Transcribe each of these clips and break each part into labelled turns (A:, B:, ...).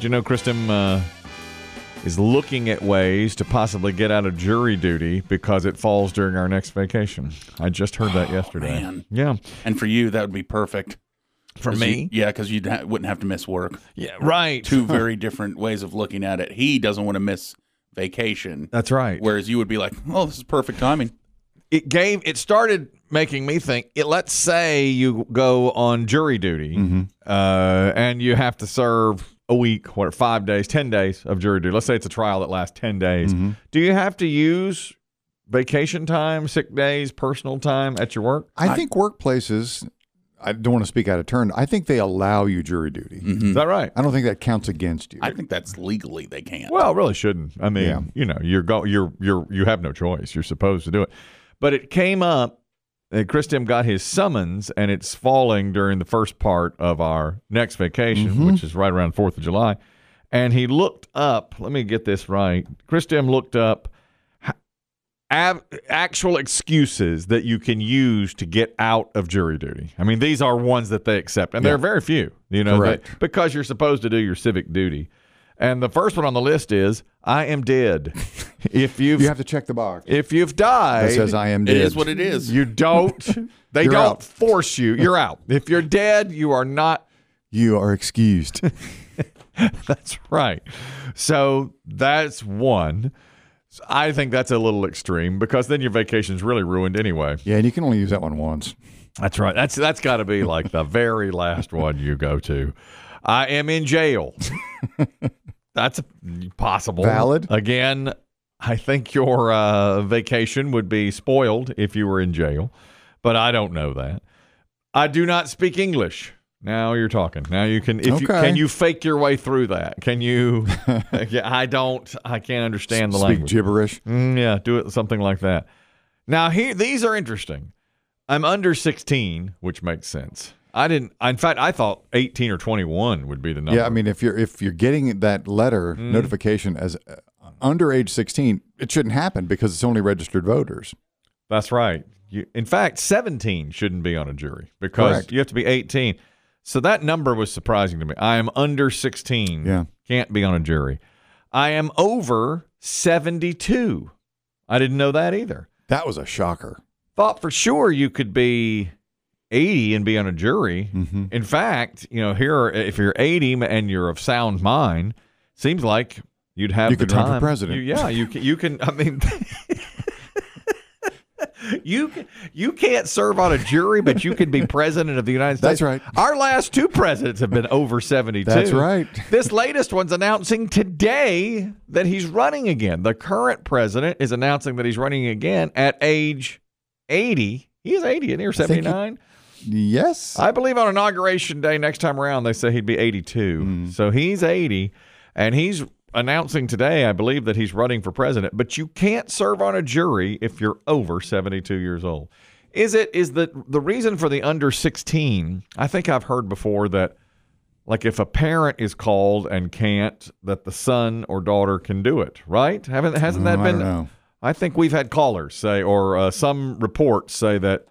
A: you know, Kristen uh, is looking at ways to possibly get out of jury duty because it falls during our next vacation. I just heard that yesterday.
B: man.
A: Yeah.
B: And for you, that would be perfect.
A: For
B: 'Cause
A: me?
B: you, yeah, because you ha- wouldn't have to miss work.
A: Yeah, right.
B: Two very different ways of looking at it. He doesn't want to miss vacation,
A: That's right.
B: whereas you would be like, "Oh, this is perfect timing."
A: it gave it started making me think it, let's say you go on jury duty uh, and you have to serve a week what five days ten days of jury duty let's say it's a trial that lasts 10 days do you have to use vacation time sick days personal time at your work
C: I think workplaces, I don't want to speak out of turn, I think they allow you jury duty.
A: is that right
C: I don't think that counts against you.
B: Mm. I think that's legally they can't.
A: Well, it really shouldn't. I mean,
C: Yeah.
A: you know, you're go, you're you're you have no choice. You're supposed to do it. But it came up. that Christim got his summons, and it's falling during the first part of our next vacation,
C: Mm-hmm.
A: which is right around Fourth of July. And he looked up. Let me get this right. Christim looked up ha- av- actual excuses that you can use to get out of jury duty. I mean, these are ones that they accept, and there are very few. You know, that,
C: Correct.
A: because you're supposed to do your civic duty. And the first one on the list is I am dead. if you've
C: you have to check the box
A: if you've
C: that
A: died,
C: says I am
B: it
C: dead.
B: is what it is.
A: you don't they
C: You're
A: don't
C: out.
A: force you. You're out. If you're dead, you are not
C: you are excused.
A: that's right. So that's one. So I think that's a little extreme because then your vacation's really ruined anyway.
C: yeah, and you can only use that one once.
A: That's right. That's that's got to be like the very last one you go to. I am in jail. That's possible.
C: Valid.
A: Again, I think your uh, vacation would be spoiled if you were in jail, but I don't know that. I do not speak English. Now you're talking. Now you can. If you,
C: Okay.
A: can you fake your way through that? Can you? yeah, I don't. I can't understand the
C: Speak
A: language.
C: gibberish.
A: Mm, yeah, do it something like that. Now here, these are interesting. I'm under 16, which makes sense. I didn't. In fact, I thought 18 or 21 would be the number.
C: Yeah, I mean, if you're if you're getting that letter notification as uh, under age 16, it shouldn't happen because it's only registered voters.
A: that's right. You, in fact, 17 shouldn't be on a jury because
C: Correct.
A: you have to be 18. So that number was surprising to me. I am under 16.
C: Yeah.
A: can't be on a jury. I am over 72. I didn't know that either.
C: That was a shocker.
A: Thought for sure you could be 80 and be on a jury.
C: Mm-hmm.
A: In fact, you know, here are- if you're 80 and you're of sound mind, seems like you'd have
C: You
A: the
C: could run for
A: time.
C: president.
A: You- yeah, you can, you can. I mean, you can- you can't serve on a jury, but you can be president of the United States.
C: That's right.
A: Our last two presidents have been over 72.
C: That's right.
A: This latest one's announcing today that he's running again. The current president is announcing that he's running again at age 80. He is 80 and he or
C: think he-
A: 79.
C: Yes.
A: I believe on inauguration day next time around, they say he'd be 82.
C: Mm.
A: So he's 80, and he's announcing today, I believe, that he's running for president. But you can't serve on a jury if you're over 72 years old. Is it is the the reason for the under 16? I think I've heard before that like if a parent is called and can't, that the son or daughter can do it, right? Haven't hasn't that
C: Oh, I
A: been?
C: don't know.
A: I think we've had callers say, or uh, some reports say that,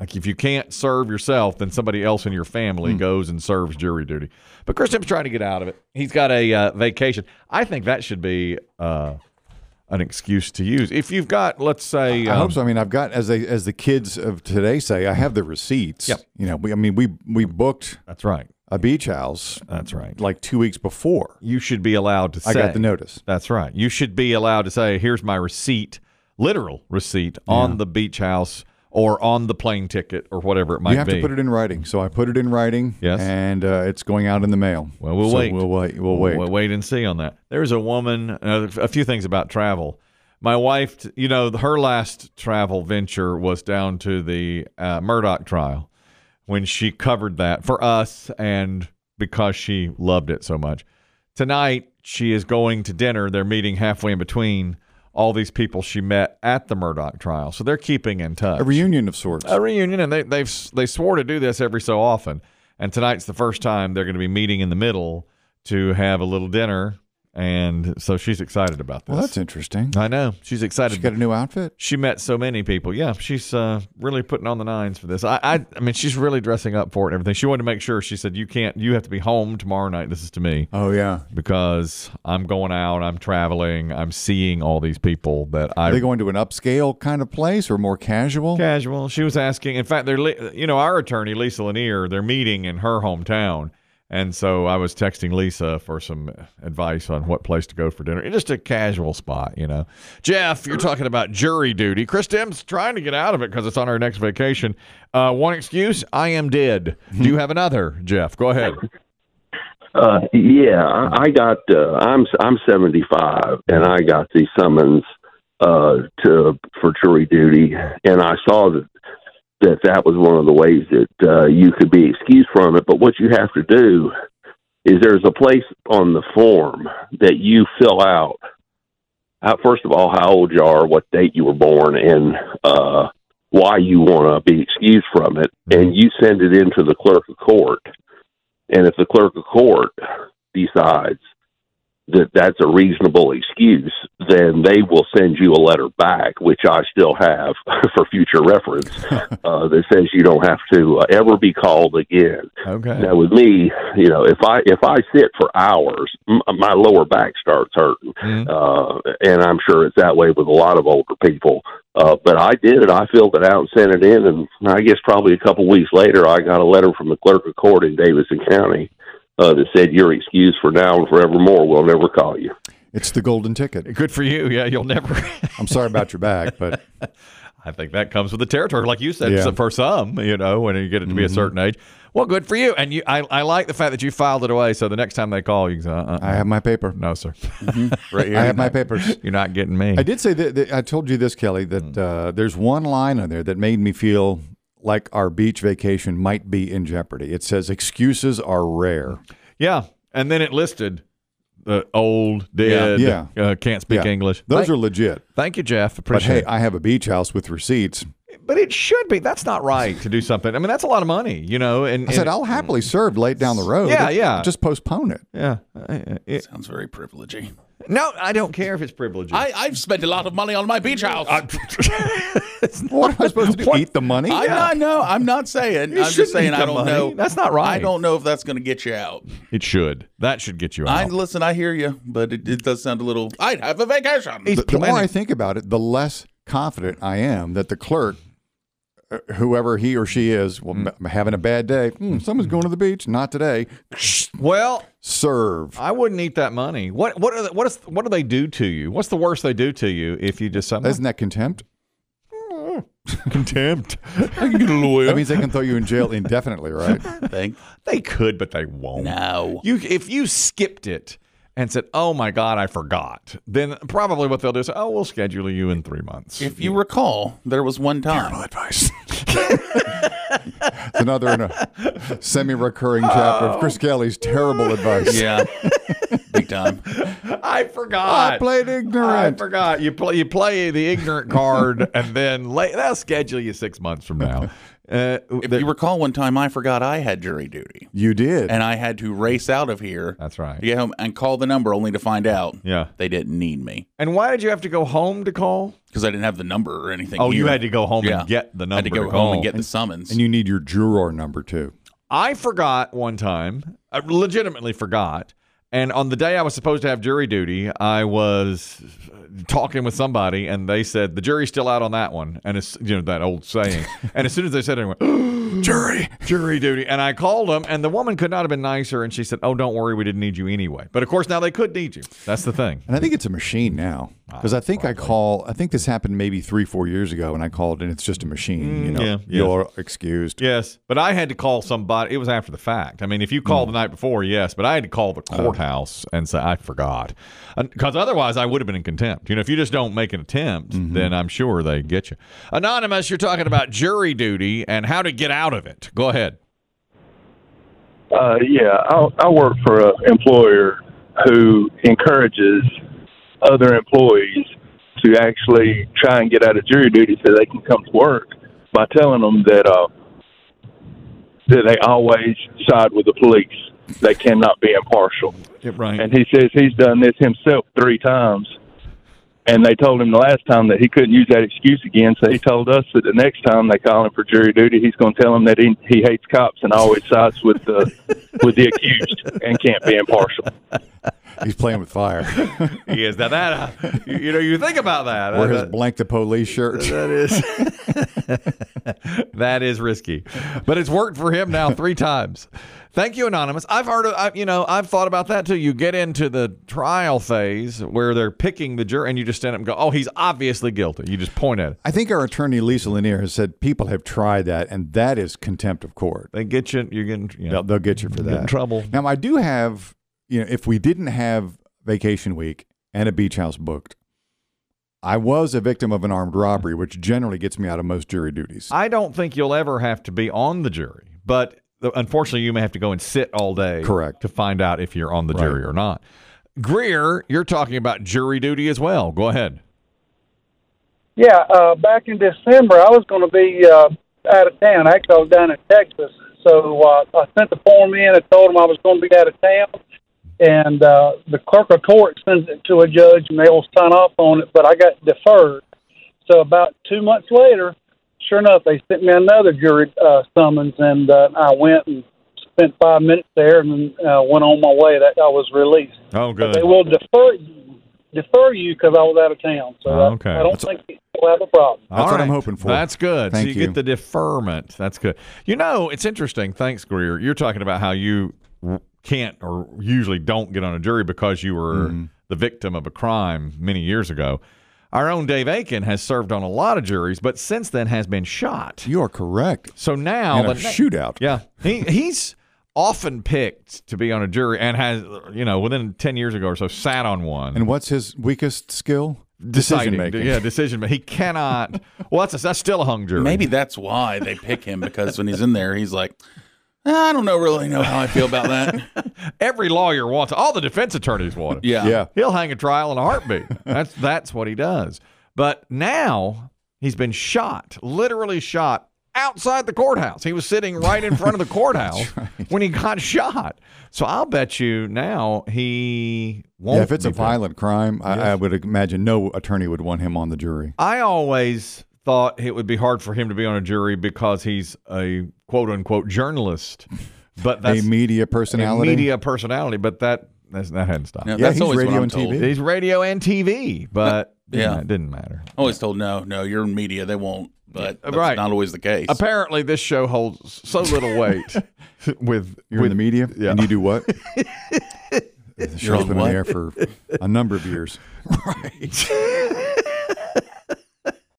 A: like if you can't serve yourself, then somebody else in your family
C: Hmm.
A: goes and serves jury duty. But Christian's trying to get out of it. He's got a uh, vacation. I think that should be uh, an excuse to use if you've got, let's say,
C: I
A: um,
C: hope so. I mean, I've got as they as the kids of today say, I have the receipts.
A: Yep.
C: You know, we, I mean, we we booked
A: That's right.
C: a beach house
A: That's right.
C: like two weeks before
A: You should be allowed to. Say,
C: I got the notice.
A: That's right. You should be allowed to say, here's my receipt, literal receipt on the beach house or on the plane ticket or whatever it might
C: You have
A: be.
C: to put it in writing, so I put it in writing.
A: Yes.
C: and uh, it's going out in the mail.
A: Well, we'll
C: So
A: wait.
C: We'll wait. We'll wait.
A: We'll wait and see on that. There's a woman, uh, a few things about travel. My wife, t- you know, her last travel venture was down to the uh, Murdoch trial when she covered that for us and because she loved it so much. Tonight, she is going to dinner. They're meeting halfway in between all these people she met at the Murdoch trial. So they're keeping in touch
C: A reunion of sorts.
A: a reunion, and they they've they swore to do this every so often. And tonight's the first time they're going to be meeting in the middle to have a little dinner and so she's excited about this.
C: Well, that's interesting.
A: I know she's excited.
C: She got a new outfit.
A: she met so many people. Yeah, she's uh, really putting on the nines for this. I, I, I mean, she's really dressing up for it and everything. She wanted to make sure. She said, "You can't. You have to be home tomorrow night. This is to me
C: Oh yeah.
A: because I'm going out. I'm traveling. I'm seeing all these people that I
C: Are they going to an upscale kind of place or more casual?
A: Casual. She was asking. In fact, they're li- you know our attorney Lisa Lanier. They're meeting in her hometown, and so I was texting Lisa for some advice on what place to go for dinner. Just a casual spot, you know. Jeff, you're talking about jury duty. Chris Dem's trying to get out of it because it's on her next vacation. Uh, one excuse: I am dead. Do you have another, Jeff? Go ahead.
D: Uh, yeah, I, I got. Uh, I'm I'm 75, and I got the summons uh, to for jury duty, and I saw that that that was one of the ways that uh, you could be excused from it. But what you have to do is there's a place on the form that you fill out. How, first of all, how old you are, what date you were born, and uh, why you want to be excused from it, and you send it in to the clerk of court. And if the clerk of court decides that that's a reasonable excuse, then they will send you a letter back, which I still have for future reference, uh, that says you don't have to uh, ever be called again.
A: Okay.
D: Now, with me, you know, if I if I sit for hours, m- my lower back starts hurting,
A: Mhm.
D: uh, and I'm sure it's that way with a lot of older people. Uh, but I did it. I filled it out and sent it in, and I guess probably a couple weeks later, I got a letter from the clerk of court in Davidson County uh, that said, "You're excused for now and forevermore. We'll never call you."
C: It's the golden ticket.
A: Good for you. Yeah, you'll never.
C: I'm sorry about your back, but
A: I think that comes with the territory, like you said,
C: Yeah. Mm-hmm.
A: for some, you know, when you get it to be a certain age. Well, good for you. And you, I, I like the fact that you filed it away, so the next time they call, you can say, uh, uh,
C: I have my paper.
A: no, sir,
C: Right I have my papers.
A: you're not getting me.
C: I did say that, that I told you this, Kelly,
A: Hmm.
C: that uh, there's one line on there that made me feel like our beach vacation might be in jeopardy. It says excuses are rare.
A: Yeah, and then it listed the old, dead,
C: Yeah.
A: Uh, can't speak
C: Yeah.
A: English.
C: Those
A: thank,
C: are legit.
A: thank you, Jeff.
C: But
A: Appreciate.
C: hey,
A: it.
C: I have a beach house with receipts.
A: but it should be. That's not right to do something. I mean, that's a lot of money, you know. And,
C: I said
A: and-
C: I'll happily serve late down the road.
A: Yeah, yeah.
C: Just postpone it.
A: yeah. I- I- it-
B: Sounds very privileging.
A: no, I don't care if it's privileged.
B: I, I've spent a lot of money on my beach house.
C: What am I supposed to do?
A: What?
C: Eat the money?
B: I'm not. No, I'm not saying.
A: You
B: I'm
A: shouldn't
B: just saying.
A: eat the
B: I don't
A: money.
B: know.
A: That's not right.
B: I don't know if that's going to get you out.
A: it should. That should get you out.
B: I listen. I hear you, but it, it does sound a little. I'd have a vacation.
A: He's
C: the, the more
A: planning-
C: I think about it, the less confident I am that the clerk, uh, whoever he or she is, will
A: Hmm.
C: m- having a bad day. Hmm, someone's going to the beach. Not today.
A: well,
C: Serve.
A: I wouldn't eat that money. What what are the, what is what do they do to you? What's the worst they do to you if you just something
C: Isn't that contempt?
A: contempt?
B: I can get a lawyer.
C: That means they can throw you in jail indefinitely, right?
B: think.
A: They could, but they won't.
B: No.
A: You if you skipped it and said, "Oh my God, I forgot," then probably what they'll do is, "Oh, we'll schedule you in three months."
B: If you recall, there was one time.
C: Advice. it's another in a semi-recurring chapter of Chris Kelly's terrible
A: Oh,
C: advice.
B: Yeah. Big time.
A: I forgot.
C: I played
A: I
C: ignorant.
A: forgot. You play you play the ignorant card, and then la- they'll schedule you six months from now. Uh,
B: If you recall, one time I forgot I had jury duty,
C: you did.
B: and I had to race out of here
A: that's right.
B: to get home and call the number, only to find out
A: Yeah.
B: they didn't need me
A: And why did you have to go home to call?
B: because I didn't have the number or anything.
A: Oh, you
B: here.
A: had to go home
B: Yeah.
A: and get the number.
B: I had to go
A: call.
B: home and get the summons.
C: and you need your juror number too.
A: I forgot one time. I legitimately forgot. And on the day I was supposed to have jury duty, I was talking with somebody, and they said the jury's still out on that one. And it's you know that old saying. and as soon as they said it, I went,
C: Jury.
A: jury duty. And I called them, and the woman could not have been nicer. And she said, "Oh, don't worry, we didn't need you anyway." But of course, now they could need you. That's the thing.
C: And I think it's a machine now because I think I call. I think this happened maybe three, four years ago, and I called, and it's just a machine. you know,
A: Mm, yeah,
C: you're excused.
A: Yes, but I had to call somebody. It was after the fact. I mean, if you called the night before, yes, but I had to call the courthouse and say I forgot, because otherwise I would have been in contempt. You know, if you just don't make an attempt, then I'm sure they get you. Anonymous, you're talking about jury duty and how to get out of it. Go ahead.
E: Uh, yeah, I, I work for an employer who encourages other employees to actually try and get out of jury duty so they can come to work by telling them that uh, that they always side with the police. they cannot be impartial.
A: Yeah, right.
E: And he says he's done this himself three times. And they told him the last time that he couldn't use that excuse again. So he told us that the next time they call him for jury duty, he's going to tell them that he, he hates cops and always sides with the with the accused and can't be impartial.
C: He's playing with fire.
A: he is. Now that uh, you, you know, you think about that. Uh,
C: Wear his
A: That-
C: blank the police shirt.
A: that is that is risky, but it's worked for him now three times. Thank you, anonymous. I've heard, of, I, you know, I've thought about that too. You get into the trial phase where they're picking the jury, and you just stand up and go, "Oh, he's obviously guilty." You just point at it.
C: I think our attorney Lisa Lanier has said people have tried that, and that is contempt of court.
A: They get you. You're getting. You know,
C: They'll, they'll get you for
A: Get in
C: that.
A: trouble.
C: Now I do have, you know, if we didn't have vacation week and a beach house booked, I was a victim of an armed robbery, which generally gets me out of most jury duties.
A: I don't think you'll ever have to be on the jury, but the- unfortunately, you may have to go and sit all day,
C: Correct.
A: to find out if you're on the jury or not. Greer, you're talking about jury duty as well. Go ahead.
F: Yeah, uh, back in December, I was going to be uh, out of town. Actually, I was down in Texas, so uh, I sent the form in. I told them I was going to be out of town, and uh, the clerk of court sends it to a judge, and they'll sign off on it. But I got deferred. So about two months later, sure enough, they sent me another jury uh, summons, and uh, I went and spent five minutes there, and uh, went on my way. That I was released.
A: Oh,
F: But
A: good.
F: they will defer defer you because I was out of town. So I-
A: Oh, Okay.
F: I, don't think we'll have a problem.
C: That's
A: All
C: what I'm
A: right.
C: hoping for.
A: That's good.
C: Thank
A: so you,
C: you.
A: get the deferment. That's good. You know, it's interesting. Thanks, Greer. You're talking about how you can't or usually don't get on a jury because you were
C: Mm-hmm.
A: the victim of a crime many years ago. Our own Dave Aiken has served on a lot of juries, but since then has been shot.
C: you are correct.
A: So now
C: In a
A: the na-
C: shootout.
A: Yeah, he he's often picked to be on a jury and has you know within ten years ago or so sat on one
C: And what's his weakest skill? Decision
A: Deciding-
C: making.
A: Yeah, decision making. He cannot. well, that's a, that's still a hung jury.
B: Maybe that's why they pick him because when he's in there, he's like, I don't know really know how I feel about that.
A: Every lawyer wants all the defense attorneys want him.
B: Yeah.
C: Yeah.
A: He'll hang a trial in a heartbeat. That's that's what he does. But now he's been shot, literally shot outside the courthouse. He was sitting right in front of the courthouse when he got shot. So I'll bet you now he won't.
C: Yeah, if it's
A: be
C: a
A: picked.
C: violent crime, I, I would imagine no attorney would want him on the jury.
A: I always thought it would be hard for him to be on a jury because he's a quote unquote journalist. But that's
C: a media personality.
A: A media personality, but that that's, that hadn't stopped.
B: No,
A: me.
C: Yeah,
B: that's
C: he's
B: always
C: radio
B: what I'm
C: and
B: told.
C: TV.
A: He's radio and TV, but yeah,
B: Yeah.
A: it didn't matter.
B: I'm always told, no, no, you're in media. They won't. But that's
A: right.
B: not always the case.
A: Apparently, this show holds so little weight.
C: with you're in the media
A: yeah.
C: and you do what? the show's
B: in
C: been on the
B: what?
C: air for a number of years.